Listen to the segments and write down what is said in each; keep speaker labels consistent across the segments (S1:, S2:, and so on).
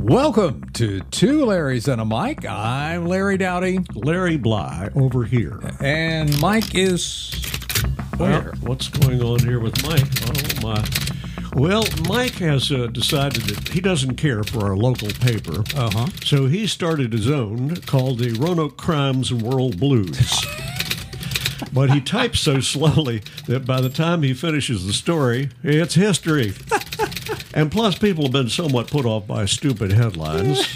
S1: Welcome to Two Larrys and a Mike. I'm Larry Dowdy,
S2: Larry Bly over here.
S1: and Mike is
S2: Well, what's going on here with Mike? Oh my. Well, Mike has uh, decided that he doesn't care for our local paper.
S1: Uh-huh.
S2: So he started his own called the Roanoke Crimes and World Blues. but he types so slowly that by the time he finishes the story, it's history. and plus, people have been somewhat put off by stupid headlines.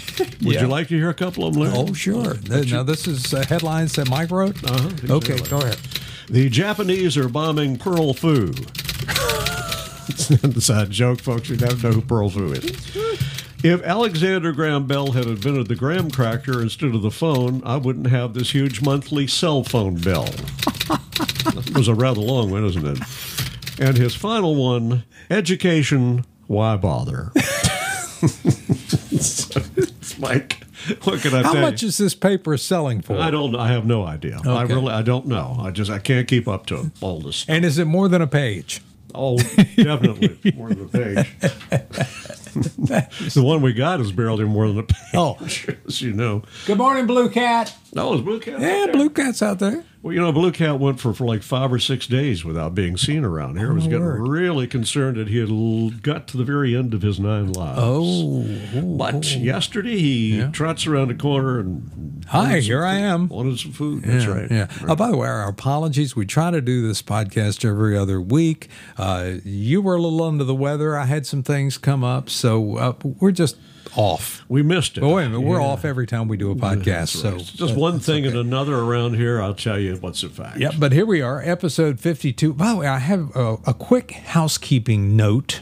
S2: Would
S1: Yeah.
S2: you like to hear a couple of them? Larry?
S1: Oh, sure. Th- Now, this is uh, headlines that Mike wrote?
S2: Uh-huh,
S1: Okay,
S2: exactly.
S1: go ahead.
S2: The Japanese are bombing Pearl Fu. it's an inside joke, folks. You don't know who Pearl Fu is. If Alexander Graham Bell had invented the graham cracker instead of the phone, I wouldn't have this huge monthly cell phone bill. it was a rather long one, isn't it? And his final one education, why bother? so, it's Mike, what can I
S1: How
S2: tell
S1: much
S2: you?
S1: is this paper selling for?
S2: I don't. I have no idea. I
S1: Okay.
S2: really. I don't know. I just. I can't keep up to all this.
S1: and is it more than a page?
S2: Oh, definitely more than a page. the one we got is barely more than a page,
S1: Oh.
S2: as you know.
S1: Good morning, Blue Cat.
S2: No, it's Blue Cat.
S1: Yeah,
S2: out there?
S1: Blue Cat's out there.
S2: Well, you know, Blue Cat went for, for like five or six days without being seen around here. I was getting
S1: Oh, word.
S2: really concerned that he had l- got to the very end of his nine lives.
S1: Oh.
S2: But yesterday he trots around a corner and
S1: Hi, here I am.
S2: wanted some food. That's
S1: Yeah,
S2: right.
S1: Yeah. Uh, by the way, our apologies. We try to do this podcast every other week. Uh, you were a little under the weather. I had some things come up, so uh, we're just off.
S2: We missed it.
S1: But wait a minute, we're off every time we do a podcast. So
S2: Right. just one thing and another around here, I'll tell you what's a fact.
S1: yeah, but here we are, episode fifty-two. By the way, I have a, a quick housekeeping note.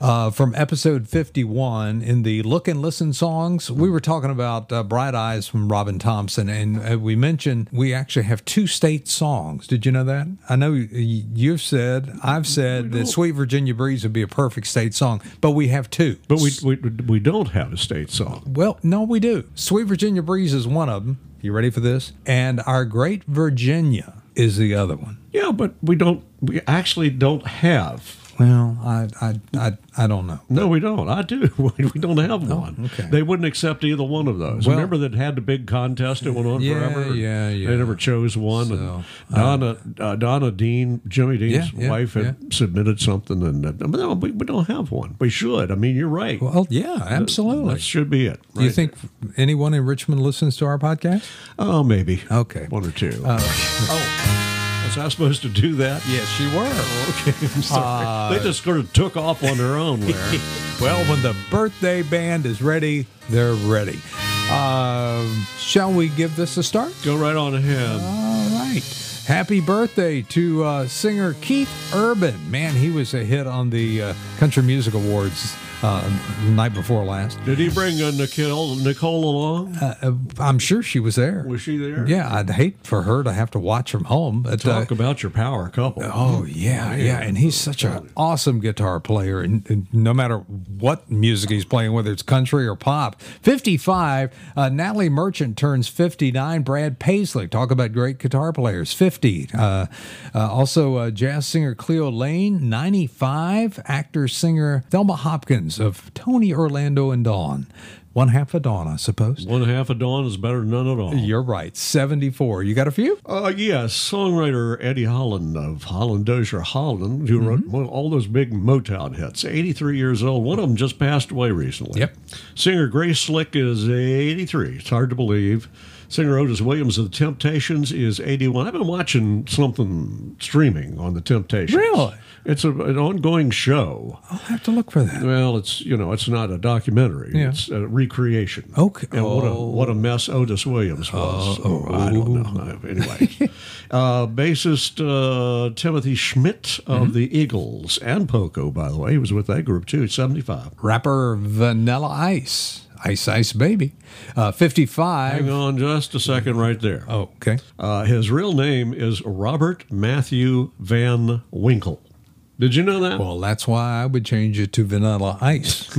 S1: Uh, from episode 51 in the Look and Listen songs, we were talking about uh, Bright Eyes from Robin Thompson, and uh, we mentioned we actually have two state songs. Did you know that? I know y- you've said, I've said that Sweet Virginia Breeze would be a perfect state song, but we have two.
S2: But we, we we don't have a state song.
S1: Well, no, we do. Sweet Virginia Breeze is one of them. You ready for this? And Our Great Virginia is the other one.
S2: Yeah, but we don't. We actually don't have.
S1: Well, I, I, I, I don't know.
S2: No, we don't. I do. We we don't have one.
S1: Oh, okay.
S2: They wouldn't accept either one of those. Remember that had the big contest that went on
S1: Yeah,
S2: forever.
S1: yeah, yeah.
S2: They never chose one.
S1: So,
S2: and Donna uh, Donna Dean, Jimmy Dean's
S1: Yeah, yeah,
S2: wife, had submitted something, and uh, but no, we, we don't have one. We should. I mean, you're right.
S1: Well, yeah, absolutely.
S2: That should be it.
S1: Do you
S2: right?
S1: think anyone in Richmond listens to our podcast?
S2: Oh, maybe.
S1: Okay.
S2: One or two. oh, was I supposed to do that?
S1: Yes, you were.
S2: Okay, I'm sorry.
S1: Uh,
S2: they just sort of took off on their own there.
S1: Well, when the birthday band is ready, they're ready. Um, shall we give this a start?
S2: Go right on ahead.
S1: All right. Happy birthday to uh, singer Keith Urban. Man, he was a hit on the uh, Country Music Awards uh, night before last.
S2: Did he bring uh, Nicole, Nicole along?
S1: Uh, I'm sure she was there.
S2: Was she there?
S1: Yeah, I'd hate for her to have to watch from home. But, uh,
S2: Talk about your power couple.
S1: Oh yeah, Oh, yeah, and he's such an awesome guitar player, and, and no matter what music he's playing, whether it's country or pop. Fifty-five, uh, Natalie Merchant turns fifty-nine. Brad Paisley, talk about great guitar players. Fifty. Uh, uh, also, uh, jazz singer Cleo Lane, ninety-five. Actor singer Thelma Hopkins of Tony Orlando and Dawn, one half of Dawn, I suppose.
S2: One half a dawn is better than none at all.
S1: You're right. Seventy-four. You got a few?
S2: Uh, yes, songwriter Eddie Holland of Holland Dozier Holland, who wrote
S1: Mm-hmm.
S2: mo- all those big Motown hits. 83 years old. One of them just passed away recently.
S1: Yep.
S2: Singer Grace Slick is 83. It's hard to believe. Singer Otis Williams of The Temptations is 81. I've been watching something streaming on The Temptations.
S1: Really?
S2: It's a, an ongoing show.
S1: I'll have to look for that.
S2: Well, it's you know, it's not a documentary.
S1: Yeah. Oh.
S2: It's a recreation.
S1: Okay.
S2: And what a what a mess Otis Williams was. Oh, I don't know. Anyway, uh, bassist uh, Timothy Schmidt of
S1: Mm-hmm.
S2: the Eagles and Poco, by the way, he was with that group too. Seventy five.
S1: rapper Vanilla Ice, Ice Ice Baby, uh, 55.
S2: Hang on just a second, right there.
S1: Oh, okay.
S2: Uh, his real name is Robert Matthew Van Winkle. Did you know that?
S1: Well, that's why I would change it to Vanilla Ice.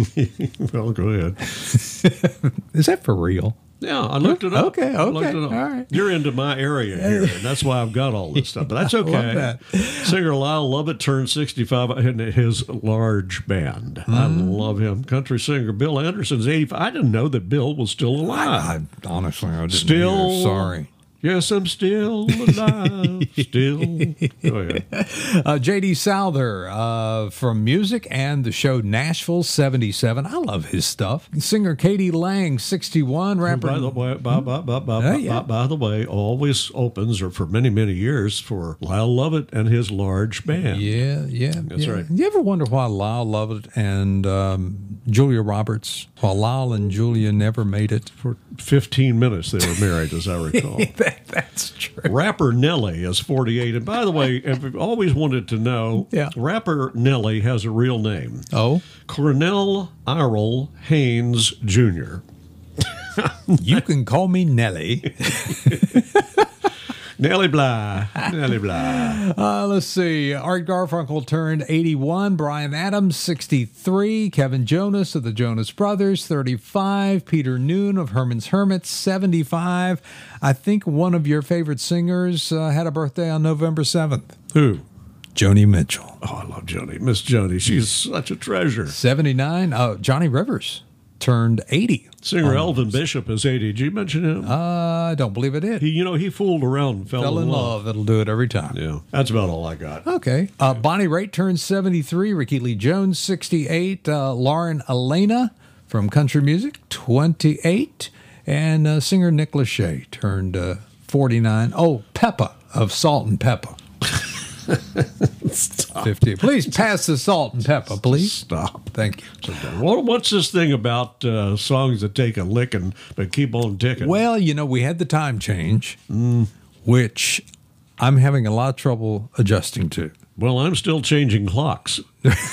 S2: well go ahead.
S1: Is that for real?
S2: Yeah, I looked it up.
S1: Okay,
S2: I looked
S1: okay,
S2: it up.
S1: all right.
S2: You're into my area here, and that's why I've got all this stuff. But that's okay.
S1: that.
S2: Singer Lyle Lovett turned 65 in his large band. I
S1: Hmm.
S2: love him. Country singer Bill Anderson's 85. I didn't know that Bill was still alive.
S1: I honestly, I didn't.
S2: Still
S1: either. sorry.
S2: Yes, I'm still alive. still. Go ahead.
S1: Uh, JD Souther uh, from music and the show Nashville 77. I love his stuff. Singer Katie Lang, 61, rapper.
S2: By the way, by, by, by, by, by,
S1: Oh, yeah.
S2: by the way, always opens or for many many years for Lyle Lovett and his large band.
S1: yeah, yeah. That's
S2: right.
S1: You ever wonder why Lyle Lovett and um, Julia Roberts, why Lyle and Julia never made it?
S2: For 15 minutes they were married, as I recall.
S1: That, that's true.
S2: Rapper Nelly is 48. And by the way, if you've always wanted to know,
S1: Yeah.
S2: rapper Nelly has a real name
S1: Oh,
S2: Cornell Irl Haynes Jr.
S1: you can call me Nelly.
S2: Nelly Bly. Nelly Bly.
S1: Uh, let's see. Art Garfunkel turned 81. Brian Adams, 63. Kevin Jonas of the Jonas Brothers, 35. Peter Noon of Herman's Hermits, 75. I think one of your favorite singers uh, had a birthday on November 7th.
S2: Who?
S1: Joni Mitchell.
S2: Oh, I love Joni. Miss Joni. She's such a treasure.
S1: 79. Uh, Johnny Rivers turned 80.
S2: Singer Elvin Bishop is 80. Did you mention him?
S1: Uh, I don't believe it did.
S2: he, you know, he fooled around and fell,
S1: Fell in love. It'll do it every time.
S2: Yeah. That's about all I got.
S1: Okay. Uh, Bonnie Raitt turned 73. Ricky Lee Jones, 68. Uh, Lauren Elena from country music, 28. And uh, singer Nick Lachey turned uh, 49. Oh, Peppa of Salt and Peppa. 50. Please pass the salt and pepper, please.
S2: Stop.
S1: Thank you.
S2: What, what's this thing about uh, songs that take a licking but keep on ticking?
S1: Well, you know, we had the time change, which I'm having a lot of trouble adjusting to.
S2: Well, I'm still changing clocks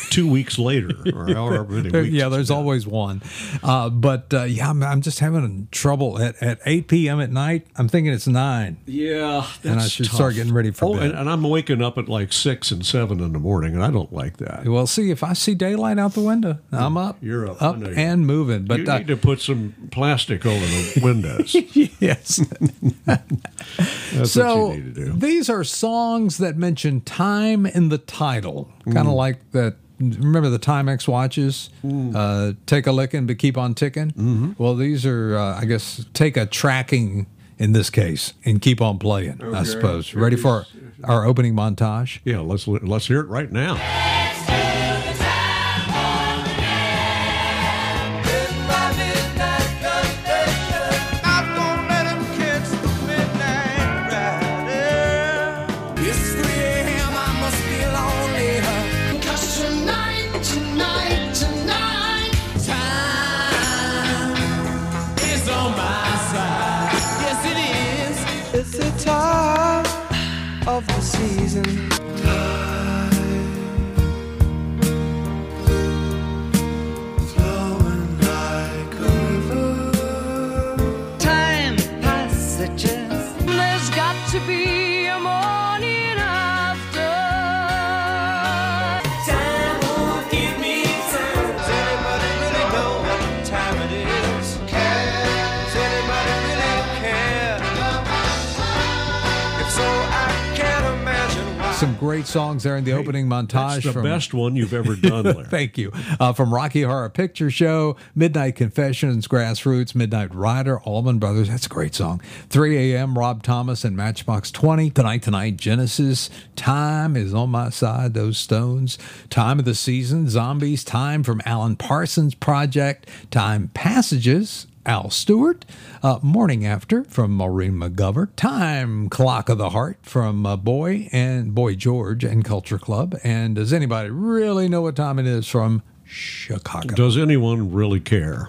S2: two weeks later, or however many
S1: There-
S2: weeks.
S1: yeah, there's always one. Uh, but uh, yeah, I'm, I'm just having trouble at, at 8 p.m. at night. I'm thinking it's 9.
S2: yeah. That's
S1: I should start getting ready for
S2: oh,
S1: bed.
S2: And, and I'm waking up at like six and seven in the morning, and I don't like that.
S1: Well, see, if I see daylight out the window, I'm up.
S2: You're up. I know you're
S1: and moving. But
S2: you
S1: uh,
S2: need to put some plastic over the windows.
S1: yes.
S2: That's
S1: so
S2: what you need to do.
S1: these are songs that mention time in the title,
S2: Mm.
S1: kind of like that. Remember the Timex watches? Uh, take a licking, but keep on ticking.
S2: Mm-hmm.
S1: Well, these are, uh, I guess, take a tracking in this case and keep on playing. I suppose. Ready for our opening montage?
S2: Yeah, let's li- let's hear it right now.
S3: Tonight, tonight, tonight, time is on my side. Yes, it is.
S4: It's the time of the season.
S5: time passages. There's got to be a morning after.
S4: Does anybody really know what time it is? Does anybody really care? If so, I can't imagine why.
S1: Some great songs there in the opening montage.
S2: That's the
S1: from,
S2: best one you've ever done, Larry.
S1: Thank you. Uh, from Rocky Horror Picture Show, Midnight Confessions, Grassroots, Midnight Rider, Allman Brothers. That's a great song. 3 a.m., Rob Thomas and Matchbox 20. Tonight, tonight, Genesis. Time is on my side, those stones. Time of the season, Zombies. Time from Alan Parsons Project. Time Passages. Al Stewart, uh, Morning After from Maureen McGovern, Time Clock of the Heart from uh, Boy and Boy George and Culture Club, and Does Anybody Really Know What Time It Is from Chicago?
S2: Does anyone really care?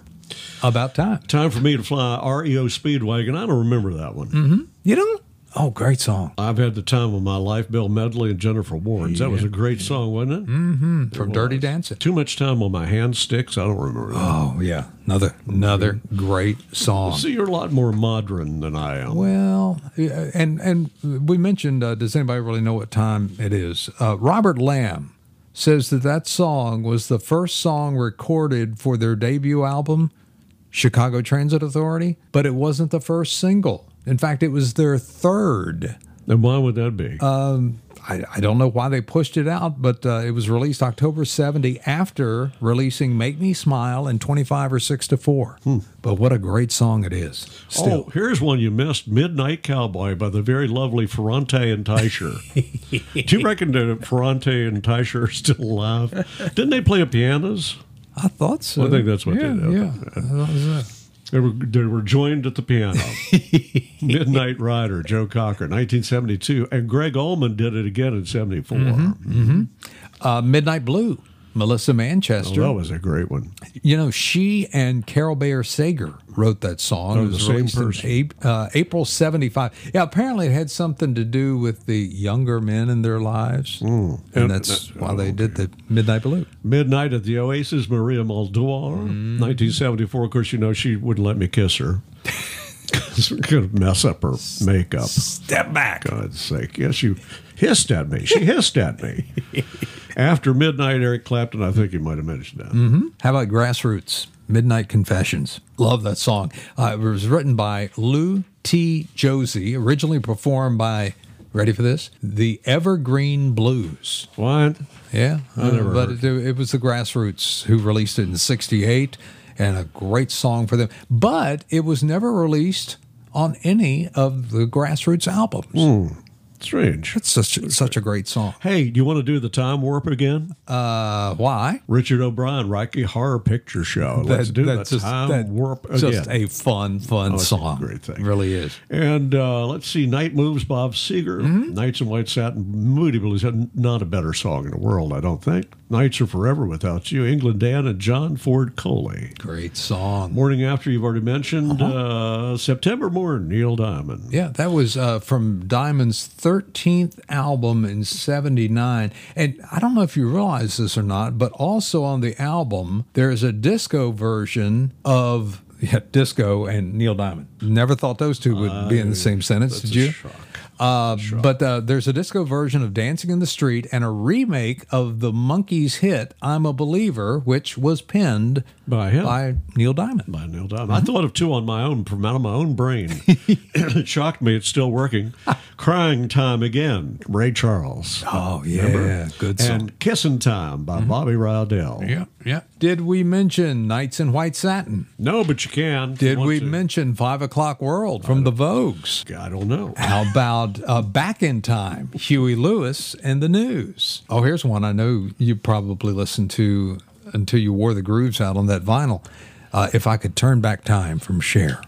S1: About time.
S2: Time for me to fly E REO Speedwagon. I don't remember that one.
S1: You know? Oh, great song
S2: I've had the time of my life. Bill Medley and Jennifer Warrens. That was a great song, wasn't
S1: Mm-hmm.
S2: it?
S1: from Dirty Dancing.
S2: Too much time on my hand sticks. I don't remember. That.
S1: Oh yeah, another another great song.
S2: See, you're a lot more modern than I am.
S1: Well, yeah, and and we mentioned. Uh, does anybody really know what time it is? Uh, Robert Lamb says that that song was the first song recorded for their debut album Chicago Transit Authority, but it wasn't the first single. In fact, it was their third.
S2: And why would that be?
S1: Uh, I, I don't know why they pushed it out, but uh, it was released October 70 after releasing Make Me Smile and 25 or 6 to 4.
S2: Hmm.
S1: But what a great song it is. Still.
S2: Oh, here's one you missed Midnight Cowboy by the very lovely Ferrante and Teicher. Do you reckon that Ferrante and Teicher are still alive? Didn't they play pianos?
S1: I thought so.
S2: I think that's what they
S1: yeah,
S2: did.
S1: Yeah. That was it.
S2: They were, they were joined at the piano. Midnight Rider, Joe Cocker, 1972. And Greg Allman did it again in 74.
S1: Uh, Midnight Blue, Melissa
S2: Oh,
S1: Manchester.
S2: that was a great one.
S1: You know, she and Carol Bayer Sager wrote that song.
S2: Oh,
S1: It was
S2: the same
S1: released in
S2: person.
S1: Ap- uh, April 75. Yeah, apparently it had something to do with the younger men in their lives. And,
S2: And
S1: that's
S2: that-
S1: why they did the Midnight Blue.
S2: Midnight at the Oasis, Maria Muldaur, 1974. Of course, you know, she wouldn't let me kiss her. It's going to mess up her makeup.
S1: Step back.
S2: God's sake. Yes, she hissed at me. She hissed at me. After midnight, Eric Clapton, I think you might have mentioned that.
S1: How about Grassroots, Midnight Confessions? Love that song. Uh, it was written by Lou T. Josie, originally performed by, ready for this? The Evergreen Blues.
S2: What?
S1: Yeah, uh,
S2: never
S1: but
S2: heard.
S1: it, it was the Grassroots who released it in '68, and a great song for them. But it was never released on any of the Grassroots albums.
S2: Hmm. Strange.
S1: It's such a, such a great song.
S2: Hey, do you want to do the time warp again?
S1: Uh, why?
S2: Richard O'Brien, Rocky Horror Picture Show. Let's
S1: That-
S2: do
S1: that's
S2: the
S1: just-
S2: time
S1: that-
S2: warp again. Oh,
S1: Just a fun, fun
S2: it's a
S1: song.
S2: great thing.
S1: really is.
S2: And uh, let's see, Night Moves, Bob Seger,
S1: Mm-hmm.
S2: Nights in White Satin, Moody Blues. Had Not a better song in the world, I don't think. Nights Are Forever Without You, England Dan and John Ford Coley.
S1: Great song.
S2: Morning After, you've already mentioned.
S1: Uh-huh.
S2: uh September Morn, Neil Diamond.
S1: Yeah, that was uh, from Diamond's 13th album in 79. And I don't know if you realize this or not, but also on the album, there's a disco version of yeah, disco and Neil Diamond. Never thought those two would be in the same sentence, did
S2: a
S1: you?
S2: shock.
S1: Uh, but uh, there's a disco version of Dancing in the Street and a remake of the Monkeys' hit I'm a Believer, which was penned
S2: By him.
S1: by Neil Diamond.
S2: By Neil Diamond. I thought of two on my own, from out of my own brain. it shocked me. It's still working. Crying Time Again, Ray Charles.
S1: Oh, yeah. Good song. Mm-hmm.
S2: and Kissing Time by Bobby Rydell.
S1: Yeah, yeah. Did we mention Knights in White Satin?
S2: No, but you can. if you
S1: Did
S2: want
S1: we
S2: to.
S1: mention Five O'Clock World from the Vogues?
S2: I don't know.
S1: How about uh, Back in Time, Huey Lewis and the News? Oh, here's one I know you probably listened to until you wore the grooves out on that vinyl. Uh, if I could turn back time from Cher.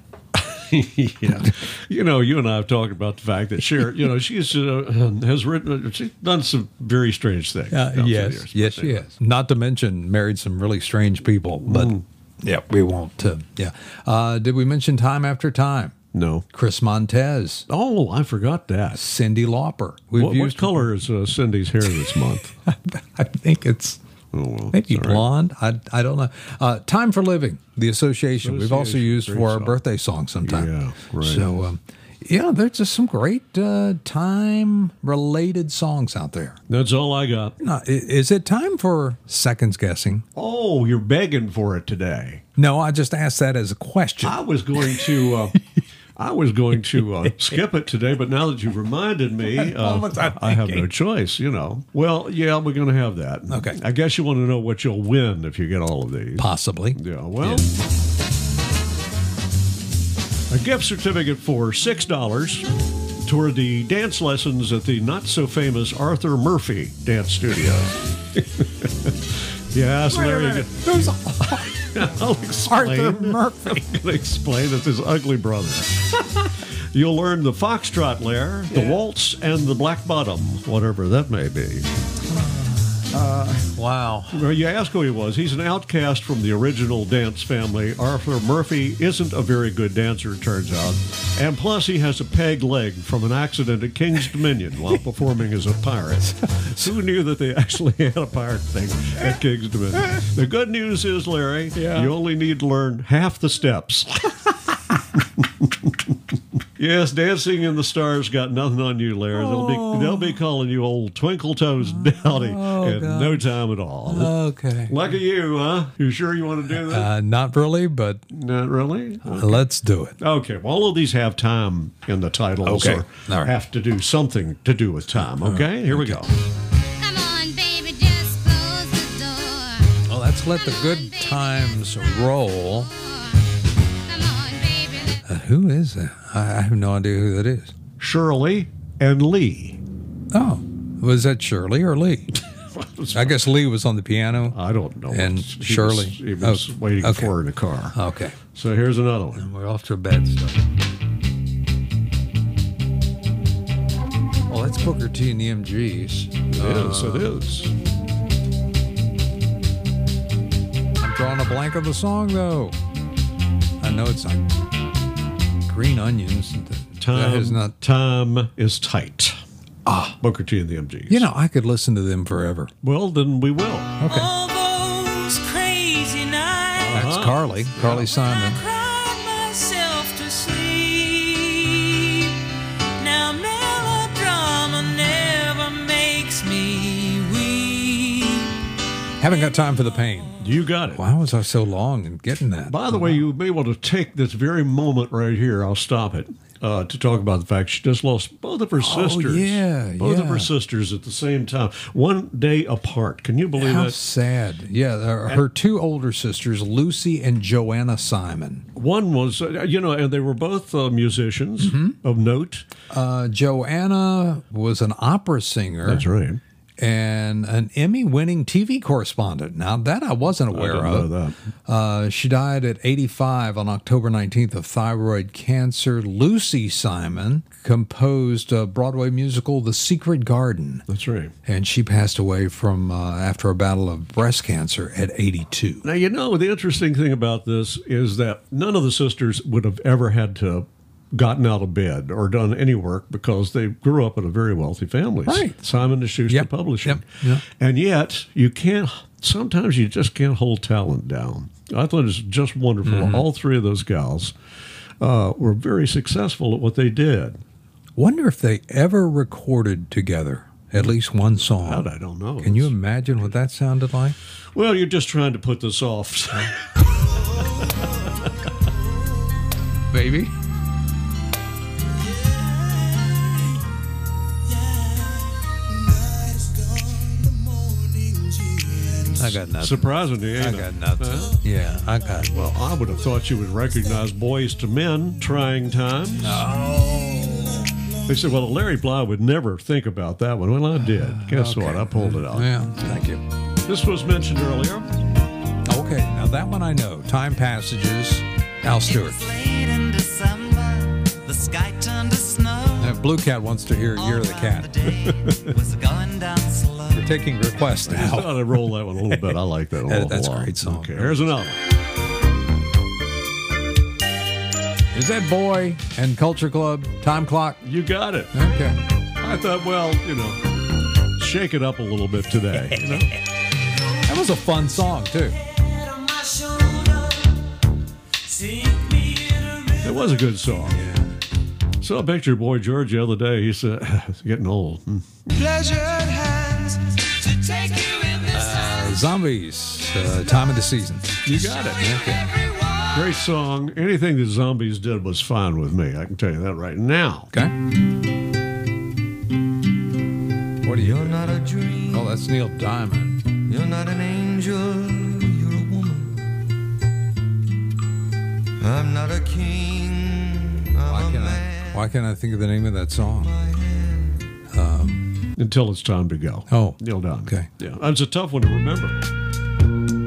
S2: yeah, you know, you and I have talked about the fact that Cher, you know, she's uh, has written, she's done some very strange things. down through the years.
S1: Uh, yes,
S2: But, uh,
S1: yes. Not to mention married some really strange people, but yeah, we won't. Uh, yeah. Uh, did we mention Time After Time?
S2: No.
S1: Chris Montez,
S2: Oh, I forgot that.
S1: Cindy Lauper. We've
S2: What, what color is uh, Cindy's hair this month?
S1: I think it's
S2: Oh, well,
S1: maybe
S2: it's all right.
S1: blonde. I, I don't know. Uh, Time for Living, the association we've also
S2: Association,
S1: used
S2: great
S1: for our
S2: song.
S1: birthday song sometime.
S2: Yeah, right.
S1: So, um, yeah, there's just some great uh, time related songs out there.
S2: That's all I got.
S1: Now, i- is it time for seconds guessing?
S2: Oh, you're begging for it today.
S1: No, I just asked that as a question.
S2: I was going to. Uh, I was going to uh, skip it today, but now that you've reminded me, uh,
S1: was I
S2: I have no
S1: thinking?
S2: choice, you know. Well, yeah, we're going to have that.
S1: Okay.
S2: I guess you want to know what you'll win if you get all of these.
S1: Possibly.
S2: Yeah, well, a gift certificate for six dollars toward the dance lessons at the not so famous Arthur Murphy Dance Studio. yes, Larry.
S1: Who's
S2: I'll explain.
S1: Arthur Murphy?
S2: I'm gonna explain that his ugly brother. You'll learn the foxtrot lair, the waltz, and the black bottom, whatever that may be.
S1: Wow.
S2: Well, you ask who he was. He's an outcast from the original dance family. Arthur Murphy isn't a very good dancer, it turns out. And plus, he has a peg leg from an accident at King's Dominion while performing as a pirate. who knew that they actually had a pirate thing at King's Dominion? The good news is, Larry, you only need to learn half the steps. Yes, Dancing in the Stars got nothing on you, Larry. They'll be they'll be calling you old Twinkle Toes Dowdy in no time at all.
S1: Okay.
S2: Lucky you, huh? You sure you want to do that?
S1: Uh, not really, but
S2: Not really.
S1: let's do it.
S2: Okay. Well, all of these have time in the titles,
S1: Okay.
S2: or
S1: All right. Uh,
S2: have to do something to do with time. Okay. Here we go.
S6: Come on, baby, just close the door.
S1: Well, let's let the good times roll.
S6: Come on, baby, let
S1: Uh, who is that? I, I have no idea who that is.
S2: Shirley and Lee.
S1: Oh, was that Shirley or Lee? I guess Lee was on the piano.
S2: I don't know.
S1: And
S2: He was-
S1: Shirley.
S2: he was
S1: Oh,
S2: waiting
S1: okay. Uh.
S2: for her in a car.
S1: Okay.
S2: So here's another one.
S1: We're off to a bad start. Well, Oh, that's Booker T and the MGs.
S2: It is. It is.
S1: I'm drawing a blank on the song, though. I know it's not Green Onions. That-
S2: Time
S1: That is not.
S2: Time is tight. Ah, Booker T and the MGs.
S1: You know, I could listen to them forever.
S2: Well, then we will.
S1: Okay.
S7: All those crazy nights
S1: That's Carly, Carly Simon.
S7: I cried myself to sleep. Now melodrama never makes me weep.
S1: Haven't got time for the pain.
S2: You got it.
S1: Why was I so long in getting that?
S2: By the way, you may want to take this very moment right here. I'll stop it uh, to talk about the fact she just lost both of her sisters.
S1: Oh, yeah,
S2: both of
S1: yeah.
S2: her sisters at the same time, one day apart. Can you believe
S1: How
S2: that?
S1: sad. Yeah, her- her two older sisters, Lucy and Joanna Simon.
S2: One was, uh, you know, and they were both uh, musicians
S1: Mm-hmm.
S2: of note.
S1: Uh, Joanna was an opera singer.
S2: right.
S1: and an Emmy winning TV correspondent. Now, that I wasn't aware
S2: didn't
S1: of.
S2: know
S1: Uh, she died at 85 on October 19th of thyroid cancer. Lucy Simon composed a Broadway musical, The Secret Garden,
S2: That's right.
S1: and she passed away from uh, after a battle of breast cancer at 82.
S2: Now, you know, the interesting thing about this is that none of the sisters would have ever had to gotten out of bed or done any work because they grew up in a very wealthy family.
S1: Right.
S2: Simon and Schuster
S1: Yep,
S2: Publishing.
S1: yep, yep.
S2: And yet, you can't, sometimes you just can't hold talent down. I thought it was just wonderful.
S1: Mm-hmm.
S2: All three of those gals uh, were very successful at what they did.
S1: Wonder if they ever recorded together at least one
S2: But
S1: song.
S2: I don't know.
S1: Can you imagine what that sounded like?
S2: Well, you're just trying to put this off.
S1: Baby. I got nothing.
S2: Surprising to you. ain't
S1: I
S2: it?
S1: got nothing. Yeah, I got.
S2: Well, I would have thought you would recognize Boys to Men, Trying Times. They said, well, Larry Bly would never think about that one. Well, I did. Guess what? I pulled it out.
S1: Yeah, thank you.
S2: This was mentioned earlier.
S1: Okay, now that one I know. Time passages. Al Stewart.
S8: Late in December, the sky turned to snow.
S1: Now, Blue Cat wants to hear "You're the Cat."
S8: Day was going down slow.
S1: We're taking requests
S2: I
S1: now.
S2: thought I roll that one a little bit. I like that one.
S1: Oh. That- that's
S2: a
S1: a
S2: lot.
S1: great song.
S2: Okay, here's another.
S1: Is that boy and Culture Club time clock?
S2: You got it.
S1: Okay.
S2: I thought, well, you know, shake it up a little bit today. you know?
S1: That was a fun song too.
S7: Head on my shoulder, sink me in a river.
S2: It was a good song. Saw a picture of Boy George the other day. He said, it's getting old. Hmm.
S1: Uh, zombies. Uh, time of the season.
S2: You got it.
S1: Okay.
S2: Great song. Anything that zombies did was fine with me. I can tell you that right now.
S1: Okay. What are you? Doing? Oh, that's Neil Diamond.
S4: You're not an angel, you're a woman. I'm not a king,
S1: Why
S4: I'm a
S1: can't I?
S4: man.
S1: Why can't I think of the name of that song?
S2: Until it's time to go.
S1: Oh,
S2: Neil Diamond.
S1: okay.
S2: Yeah, that's a tough one to remember.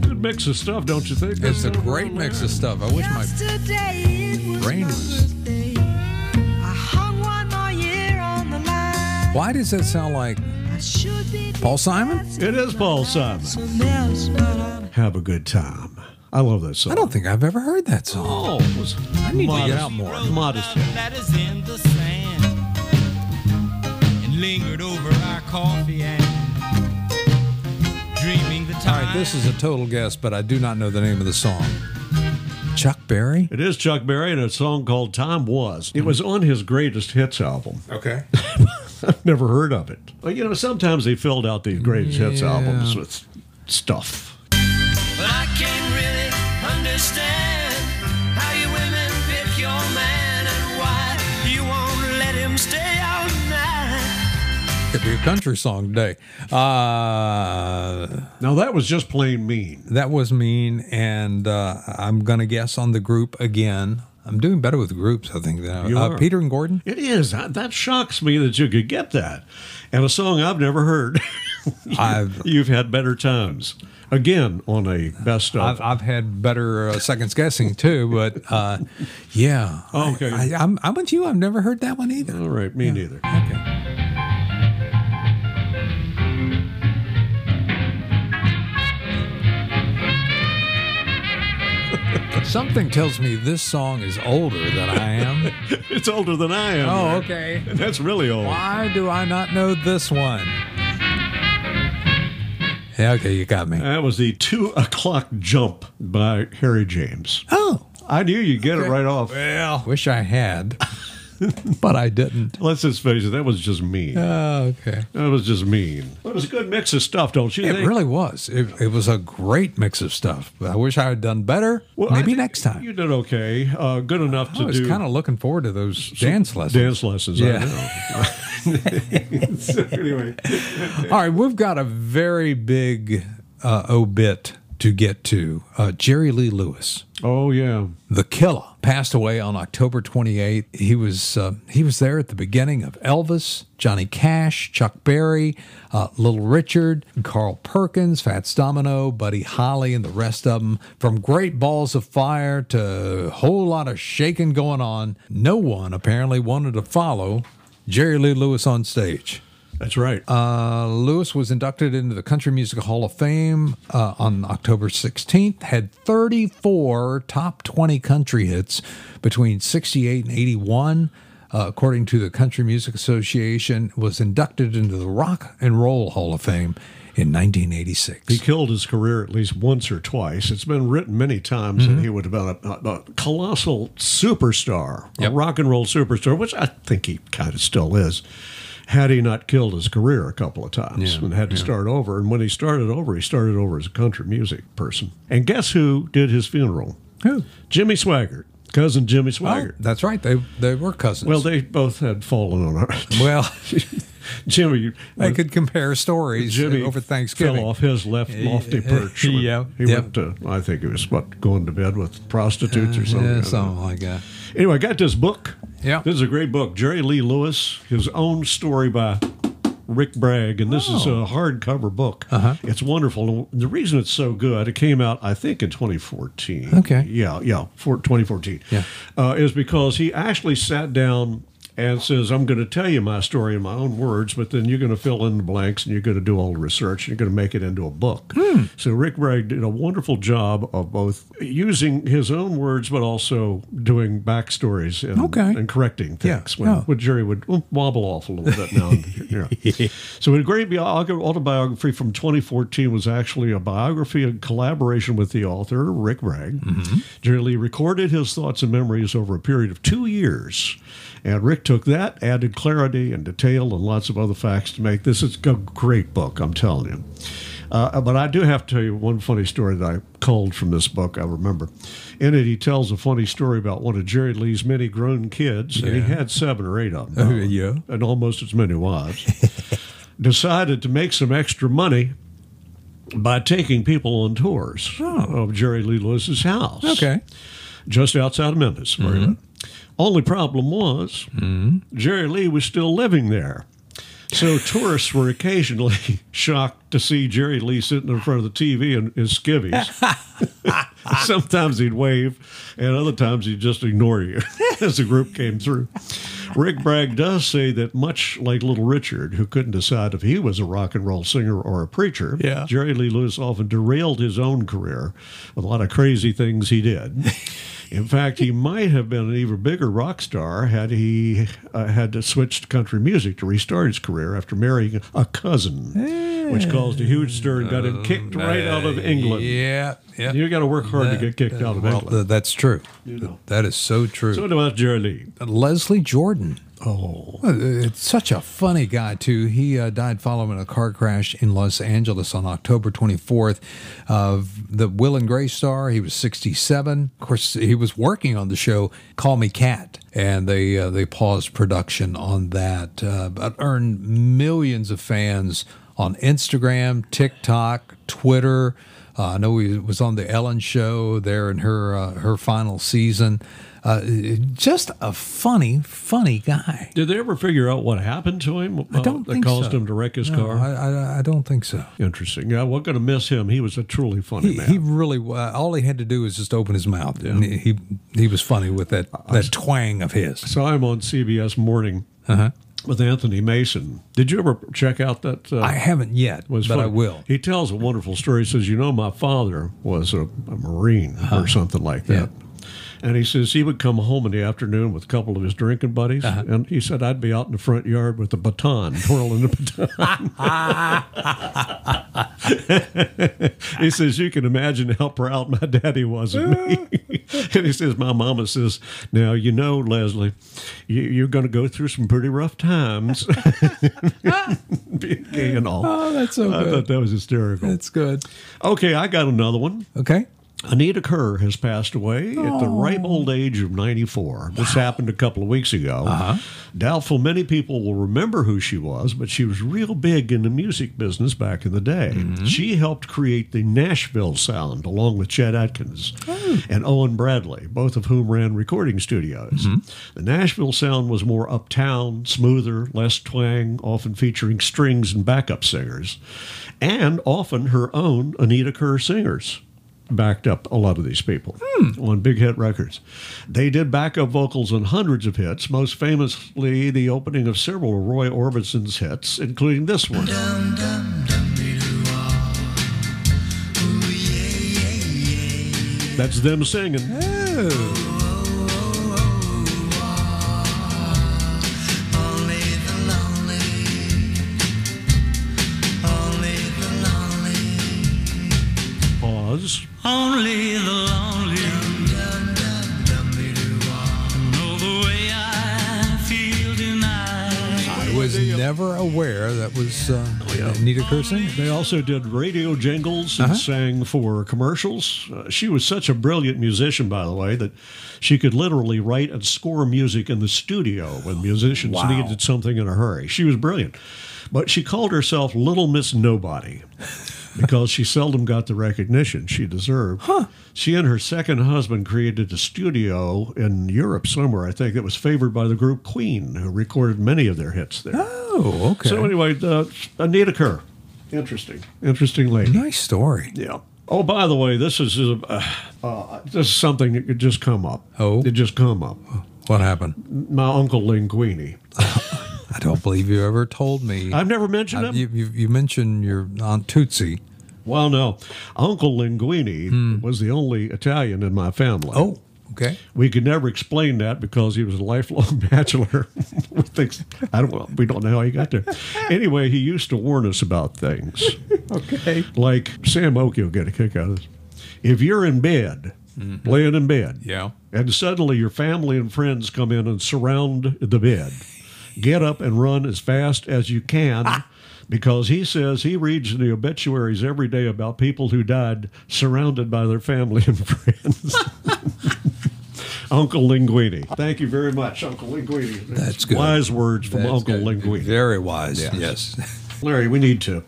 S2: Good mix of stuff, don't you think?
S1: It's a great mix of stuff. I wish my
S5: Yesterday it was
S1: brain
S5: my
S1: was.
S5: birthday. I hung one more year on the line.
S1: Why does that sound like
S5: I should be
S1: Paul Simon?
S2: It is Paul Simon.
S5: something else, but I'm
S2: Have a good time. I love that song.
S1: I don't think I've ever heard that song.
S2: Oh, it was I
S1: need to get
S2: modest,
S1: out more.
S2: Modest.
S8: That is in the sand and lingered over our coffee and dreaming the
S1: All
S8: time.
S1: right, this is a total guess, but I do not know the name of the song. Chuck Berry?
S2: It is Chuck Berry and a song called Time Was. It was on his greatest hits album.
S1: Okay.
S2: I've never heard of it. Well, you know, sometimes they filled out these greatest hits albums with stuff.
S7: But I can't really understand how you women pick your man and why you won't let him stay all night.
S1: Could be a country song today. Uh,
S2: Now, that was just plain mean.
S1: that was mean, and uh, I'm going to guess on the group again. I'm doing better with groups, I think. Than I,
S2: You
S1: uh,
S2: are.
S1: Peter and Gordon?
S2: It is. I, that shocks me that you could get that. And a song I've never heard.
S1: I've,
S2: You've had better times. Again, on a best of.
S1: I've I've had better uh, seconds guessing too, but uh, yeah.
S2: Okay.
S1: I, I, I'm, I'm with you. I've never heard that one either.
S2: All right, me neither.
S1: Okay. Something tells me this song is older than I am.
S2: It's older than I am.
S1: Oh,
S2: Rick.
S1: okay.
S2: And that's really old.
S1: Why do I not know this one? Yeah, okay, you got me.
S2: That was the Two O'Clock Jump by Harry James.
S1: Oh,
S2: I knew you'd get it right off.
S1: well, wish I had, but I didn't.
S2: Let's just face it, that was just mean.
S1: Oh, okay.
S2: That was just mean. It was a good mix of stuff, don't you
S1: It
S2: think?
S1: really was. It, it was a great mix of stuff. I wish I had done better.
S2: Well, I
S1: Maybe
S2: think
S1: next time. Oh,
S2: You did okay. Uh, good enough
S1: I
S2: to
S1: was
S2: do
S1: kind of looking forward to those dance lessons.
S2: dance lessons.
S1: Yeah.
S2: I know. so anyway,
S1: All right, we've got a very big uh, obit to get to. Uh, Jerry Lee Lewis,
S2: oh yeah,
S1: the killer, passed away on October 28th. He was uh, he was there at the beginning of Elvis, Johnny Cash, Chuck Berry, uh, Little Richard, Carl Perkins, Fats Domino, Buddy Holly, and the rest of them. From Great Balls of Fire to a whole lot of shaking going on. No one apparently wanted to follow Jerry Lee Lewis on stage.
S2: that's right.
S1: Lewis was inducted into the Country Music Hall of Fame uh, on October 16th, had 34 top 20 country hits between 68 and 81. Uh, according to the Country Music Association, was inducted into the Rock and Roll Hall of Fame in 1986.
S2: he killed his career at least once or twice. It's been written many times that he would have been a, a, a colossal superstar,
S1: Yep.
S2: a rock and roll superstar, which I think he kind of still is. Had he not killed his career a couple of times and had to start over. And when he started over, he started over as a country music person. And guess who did his funeral?
S1: Who?
S2: Jimmy Swaggart, cousin Jimmy
S1: Oh,
S2: Swaggart.
S1: that's right. They they were cousins.
S2: Well, they both had fallen on our.
S1: well,
S2: Jimmy,
S1: they could compare stories
S2: Jimmy
S1: over Thanksgiving.
S2: fell off his left lofty perch. when
S1: yeah,
S2: he
S1: yeah.
S2: went to. I think he was what going to bed with prostitutes or something.
S1: Uh, Yeah,
S2: I don't
S1: something like that.
S2: know. Anyway, I got this book.
S1: Yeah.
S2: this is a great book. Jerry Lee Lewis, his own story by. Rick Bragg, and this is
S1: Oh.
S2: a hardcover book. Uh-huh. It's wonderful. And the reason it's so good, it came out, I think, in 2014.
S1: Okay.
S2: Yeah, yeah, for 2014.
S1: Yeah.
S2: Uh, is because he actually sat down and says, I'm going to tell you my story in my own words, but then you're going to fill in the blanks and you're going to do all the research and you're going to make it into a book.
S1: Hmm.
S2: So Rick Bragg did a wonderful job of both using his own words, but also doing backstories and,
S1: Okay.
S2: and correcting
S1: Yeah,
S2: things. When,
S1: yeah.
S2: when Jerry would wobble off a little bit now. and, yeah. So a great bio- autobiography from 2014 was actually a biography in collaboration with the author, Rick Bragg.
S1: Mm-hmm.
S2: Jerry Lee recorded his thoughts and memories over a period of two years. And Rick took that, added clarity and detail and lots of other facts to make this is a great book, I'm telling you. Uh, but I do have to tell you one funny story that I culled from this book, I remember. In it, he tells a funny story about one of Jerry Lee's many grown kids, and he
S1: Yeah.
S2: had seven or eight of them
S1: Oh, yeah.
S2: and almost as many wives, decided to make some extra money by taking people on tours of Jerry Lee Lewis's house.
S1: Okay.
S2: Just outside of Memphis. where he lived. Only problem was Jerry Lee was still living there. So tourists were occasionally shocked to see Jerry Lee sitting in front of the TV in his skivvies. Sometimes he'd wave, and other times he'd just ignore you as the group came through. Rick Bragg does say that much like Little Richard, who couldn't decide if he was a rock and roll singer or a preacher,
S1: Yeah.
S2: Jerry Lee Lewis often derailed his own career with a lot of crazy things he did. In fact, he might have been an even bigger rock star had he uh, had to switch to country music to restart his career after marrying a cousin, which caused a huge stir and got him kicked right out of England.
S1: Uh, Yeah, yeah.
S2: You got to work hard
S1: That-
S2: to get kicked out of
S1: well,
S2: England.
S1: th- that's true.
S2: know.
S1: That is so true.
S2: So what about Geraldine?
S1: Leslie Jordan.
S2: Oh,
S1: Well, It's such a funny guy too. He uh, died following a car crash in Los Angeles on October 24th. Of the Will and Grace star, he was 67. Of course, he was working on the show "Call Me Cat," and they uh, they paused production on that, uh, but earned millions of fans on Instagram, TikTok, Twitter. Uh, I know he was on the Ellen Show there in her uh, her final season. Uh, just a funny, funny guy.
S2: did they ever figure out what happened to him? uh,
S1: I don't
S2: that
S1: think
S2: caused
S1: so.
S2: him to wreck his
S1: No,
S2: car.
S1: I, I, I don't think so.
S2: Interesting. Yeah, we're going to miss him. He was a truly funny
S1: He,
S2: man.
S1: he really uh, all he had to do was just open his mouth, and he he was funny with that that twang of his.
S2: So I'm on CBS Morning
S1: Uh-huh.
S2: with Anthony Mason. Did you ever check out that? Uh,
S1: I haven't yet, but
S2: was
S1: I
S2: funny.
S1: will.
S2: He tells a wonderful story. He says, You know, my father was a, a Marine
S1: Uh-huh.
S2: or something like that. And he says he would come home in the afternoon with a couple of his drinking buddies.
S1: Uh-huh.
S2: And he said, I'd be out in the front yard with a baton, twirling the baton. he says, You can imagine how proud my daddy was of me. and he says, My mama says, Now, you know, Leslie, you, you're going to go through some pretty rough times. Being gay and all.
S1: Oh, that's so
S2: I
S1: good.
S2: thought that was hysterical.
S1: That's good.
S2: Okay, I got another one.
S1: Okay.
S2: Anita Kerr has passed away at the ripe old age of 94. This happened a couple of weeks ago. Doubtful many people will remember who she was, but she was real big in the music business back in the day. She helped create the Nashville sound along with Chet Atkins and Owen Bradley, both of whom ran recording studios. The Nashville sound was more uptown, smoother, less twang, often featuring strings and backup singers, and often her own Anita Kerr singers backed up a lot of these people on big hit records. They did backup vocals on hundreds of hits, most famously the opening of several of Roy Orbison's hits, including this one. That's them singing. Pause.
S7: Only the lonely know the way I feel tonight.
S1: I was never aware that was uh,
S2: Oh,
S1: Anita Kerr singing.
S2: They also did radio jingles and sang for commercials. Uh, she was such a brilliant musician, by the way, that she could literally write and score music in the studio when musicians needed something in a hurry. She was brilliant. But she called herself Little Miss Nobody because she seldom got the recognition she deserved. She and her second husband created a studio in Europe somewhere, I think, that was favored by the group Queen, who recorded many of their hits there.
S1: Oh, okay.
S2: So anyway, uh, Anita Kerr, interesting, interesting lady.
S1: nice story.
S2: Yeah. Oh, by the way, this is uh, uh, this is something that could just come up.
S1: Oh.
S2: it just come up.
S1: What happened?
S2: My uncle Linguini.
S1: I don't believe you ever told me. Uh,
S2: I've never mentioned him.
S1: you, you, you mentioned your Aunt Tootsie.
S2: well, no, Uncle Linguini was the only Italian in my family.
S1: Hmm. Oh, okay.
S2: We could never explain that because he was a lifelong bachelor. with things, I don't. well, We don't know how he got there. Anyway, he used to warn us about things. okay. Like Sam Oki will get a kick out of this. If you're in bed, laying in bed,
S1: Yeah.
S2: and suddenly your family and friends come in and surround the bed, get up and run as fast as you can. Because he says he reads the obituaries every day about people who died surrounded by their family and friends. Uncle Linguini. Thank you very much, Uncle Linguini.
S1: That's good.
S2: Wise words from
S1: That's
S2: Uncle
S1: good.
S2: Linguini.
S1: Very wise.
S2: Yes.
S1: yes.
S2: Larry, we need to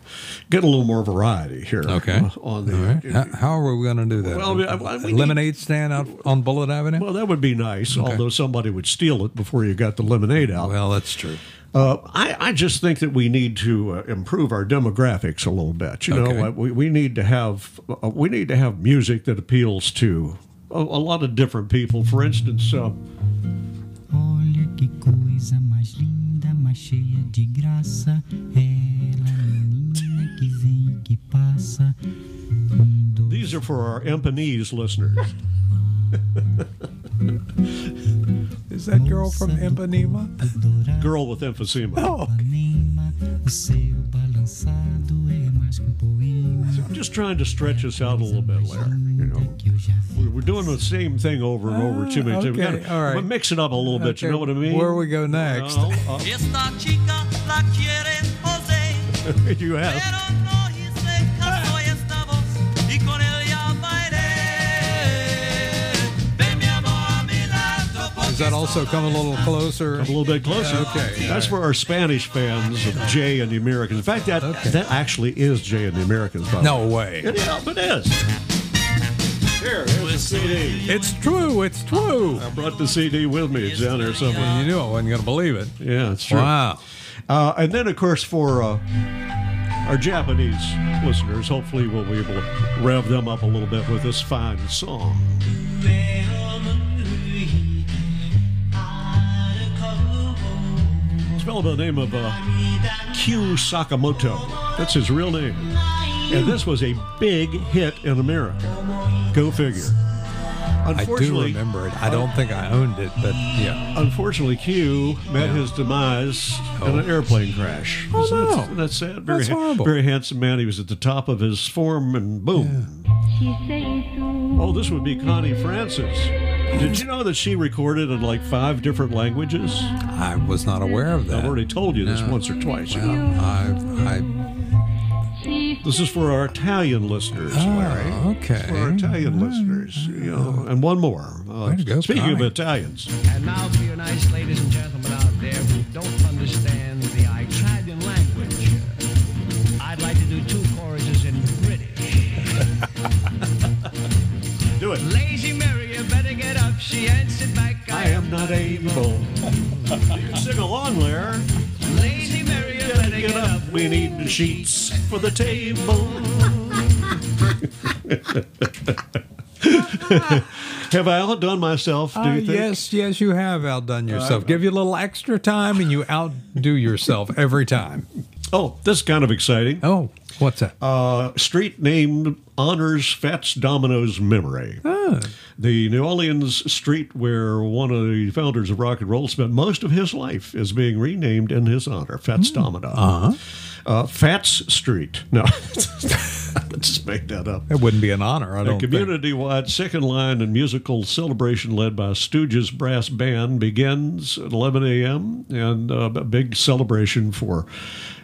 S2: get a little more variety here. uh,
S1: Okay.
S2: On the,
S1: All right. How, how are we going to do that?
S2: Well, we- we need-
S1: lemonade stand out on Bullet Avenue. Well,
S2: Well, that would be nice, although somebody would steal it before you got the lemonade out.
S1: that's true.
S2: Uh, I, I just think that we need to uh, improve our demographics a little bit. You
S1: Okay.
S2: know, uh, we, we need to have uh, we need to have music that appeals to a, a lot of different people. For instance, uh,
S9: Olha que coisa mais linda, mais cheia de graça. Ela, menina que vem e que passa. Um, dois,
S2: these are for our Empanese listeners.
S1: Is that girl from Ipanema? Oh,
S9: dourado
S2: Girl with emphysema.
S9: Ipanema, o seu balançado é mais que um poema.
S2: I'm just trying to stretch us out a little bit, Larry. You
S9: Linda
S2: know,
S9: que eu já vi.
S2: We- we're doing the same thing over and over too many times. We
S1: okay,
S2: gotta-
S1: all right.
S2: But mix it up a little bit. You know what I mean?
S1: Where we go next?
S2: No, uh,
S7: Esta chica la quiere José,
S2: you have.
S7: pero no hice caso y esta voz, y con ella bailé. Ven, mi amor, a mi lado,
S1: Does that also come a little closer?
S2: A little bit closer.
S1: Okay,
S2: That's for our Spanish fans of Jay and the Americans. In fact, that that actually is Jay and the Americans. By the way.
S1: No way.
S2: It, yeah, it is. Here, here's the CD.
S1: It's true. It's true.
S2: I brought the CD with me. It's down there somewhere.
S1: You knew I wasn't going to believe it.
S2: Yeah, it's true.
S1: Wow.
S2: Uh, and then, of course, for uh, our Japanese listeners, hopefully we'll be able to rev them up a little bit with this fine song. It's spelled by the name of uh, Q Sakamoto. That's his real name. And this was a big hit in America. Go figure.
S1: I do
S2: Unfortunately,
S1: remember it. I don't think I owned it, but yeah.
S2: Unfortunately, Q met his demise in an airplane crash.
S1: Oh,
S2: So that's,
S1: no.
S2: that's sad. Very,
S1: That's
S2: ha-
S1: horrible.
S2: very handsome man. He was at the top of his form, and boom. Oh, this would be Connie Francis. Did you know that she recorded in like five different languages?
S1: I was not aware of that.
S2: I've already told you this once or twice.
S1: Well, I,
S2: This is for our Italian listeners, Larry.
S1: I, Ah, okay. Ah,
S2: For our Italian listeners, you know, and one more. Uh,
S1: Way to go,
S2: speaking of
S1: Connie.
S2: Italians,
S10: And now to you nice ladies and gentlemen out there who don't understand the Italian language, I'd like to do two choruses in British.
S2: do it.
S10: Lazy Mary, you better get up. She answered back,
S2: I am not able. you can sing along, Larry.
S10: Lazy Mary, you better get up.
S2: We need sheets for the table. Have I outdone myself? Do
S1: Uh,
S2: you think?
S1: yes, yes, you have outdone yourself. Give you a little extra time, and you outdo yourself every time.
S2: Oh, this is kind of exciting.
S1: Oh, what's that?
S2: Uh, street name honors Fats Domino's memory. The New Orleans street where one of the founders of rock and roll spent most of his life is being renamed in his honor, Fats Domino. Uh-huh. Fats Street. No, let's just make that up.
S1: that wouldn't be an honor. I
S2: A
S1: don't think.
S2: community wide second line and musical celebration led by Stooges Brass Band begins at 11 a.m. and uh, a big celebration for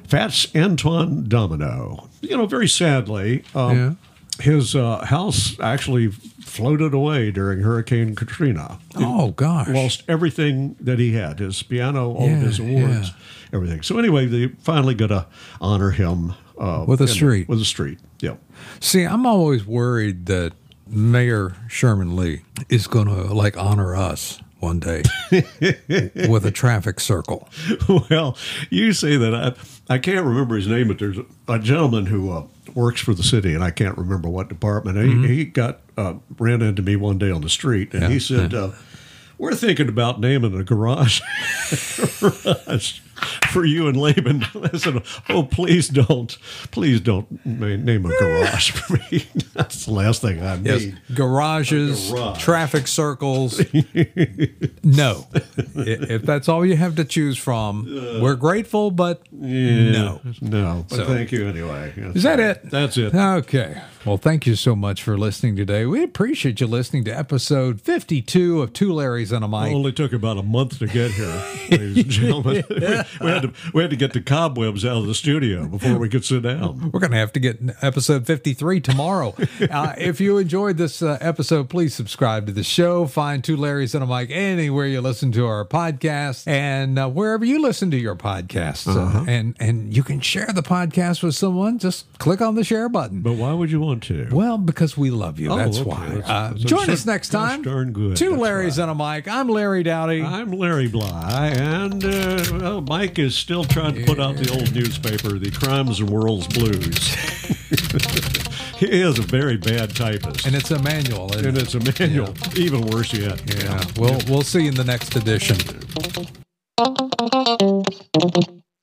S2: Fats Antoine Domino. You know, very sadly, um, his uh, house actually floated away during Hurricane Katrina.
S1: Oh gosh.
S2: Lost everything that he had his piano, all
S1: Yeah,
S2: of his awards, everything. So, anyway, they finally got to honor him. Uh,
S1: With a
S2: in-
S1: street.
S2: With a street, yeah.
S1: See, I'm always worried that Mayor Sherman Lee is going to like honor us one day with a traffic circle.
S2: well, you say that I I can't remember his name, but there's a gentleman who uh, works for the city, and I can't remember what department. He,
S1: Mm-hmm.
S2: he got uh, ran into me one day on the street, and he said, uh, "We're thinking about naming a garage for us." For you and Laban, I said, "Oh, please don't, please don't ma- name a garage for me. That's the last thing I
S1: Yes,
S2: need."
S1: garages,
S2: A garage.
S1: traffic circles. no, I- if that's all you have to choose from,
S2: Uh.
S1: we're grateful, but no.
S2: No, but
S1: So-
S2: thank you anyway. That's-
S1: Is that it?
S2: That's it.
S1: Okay. Well, thank you so much for listening today. We appreciate you listening to episode 52 of Two Larrys and a Mic.
S2: It only took about a month to get here, ladies and gentlemen. we, we had to, we had to get the cobwebs out of the studio before we could sit down.
S1: We're going to have to get episode 53 tomorrow. uh, if you enjoyed this uh, episode, please subscribe to the show. Find Two Larrys and a Mic anywhere you listen to our podcast and uh, wherever you listen to your podcasts. Uh,
S2: Uh-huh.
S1: and, and you can share the podcast with someone. Just click on the share button.
S2: But why would you want to?
S1: Well, because we love you.
S2: Oh,
S1: that's
S2: okay.
S1: why.
S2: That's-
S1: uh,
S2: that's-
S1: join
S2: that's
S1: us next
S2: gosh
S1: time.
S2: darn good.
S1: Two
S2: That's Uh-huh.
S1: Larrys and a Mic. I'm Larry Dowdy.
S2: I'm Larry Bly, and uh, well, Mike is still trying to put out the old newspaper, the Crimes and Worlds Blues. he is a very bad typist,
S1: and it's Emmanuel.
S2: and
S1: And
S2: it's a manual, even worse yet.
S1: yeah, we'll, we'll see you in the next edition.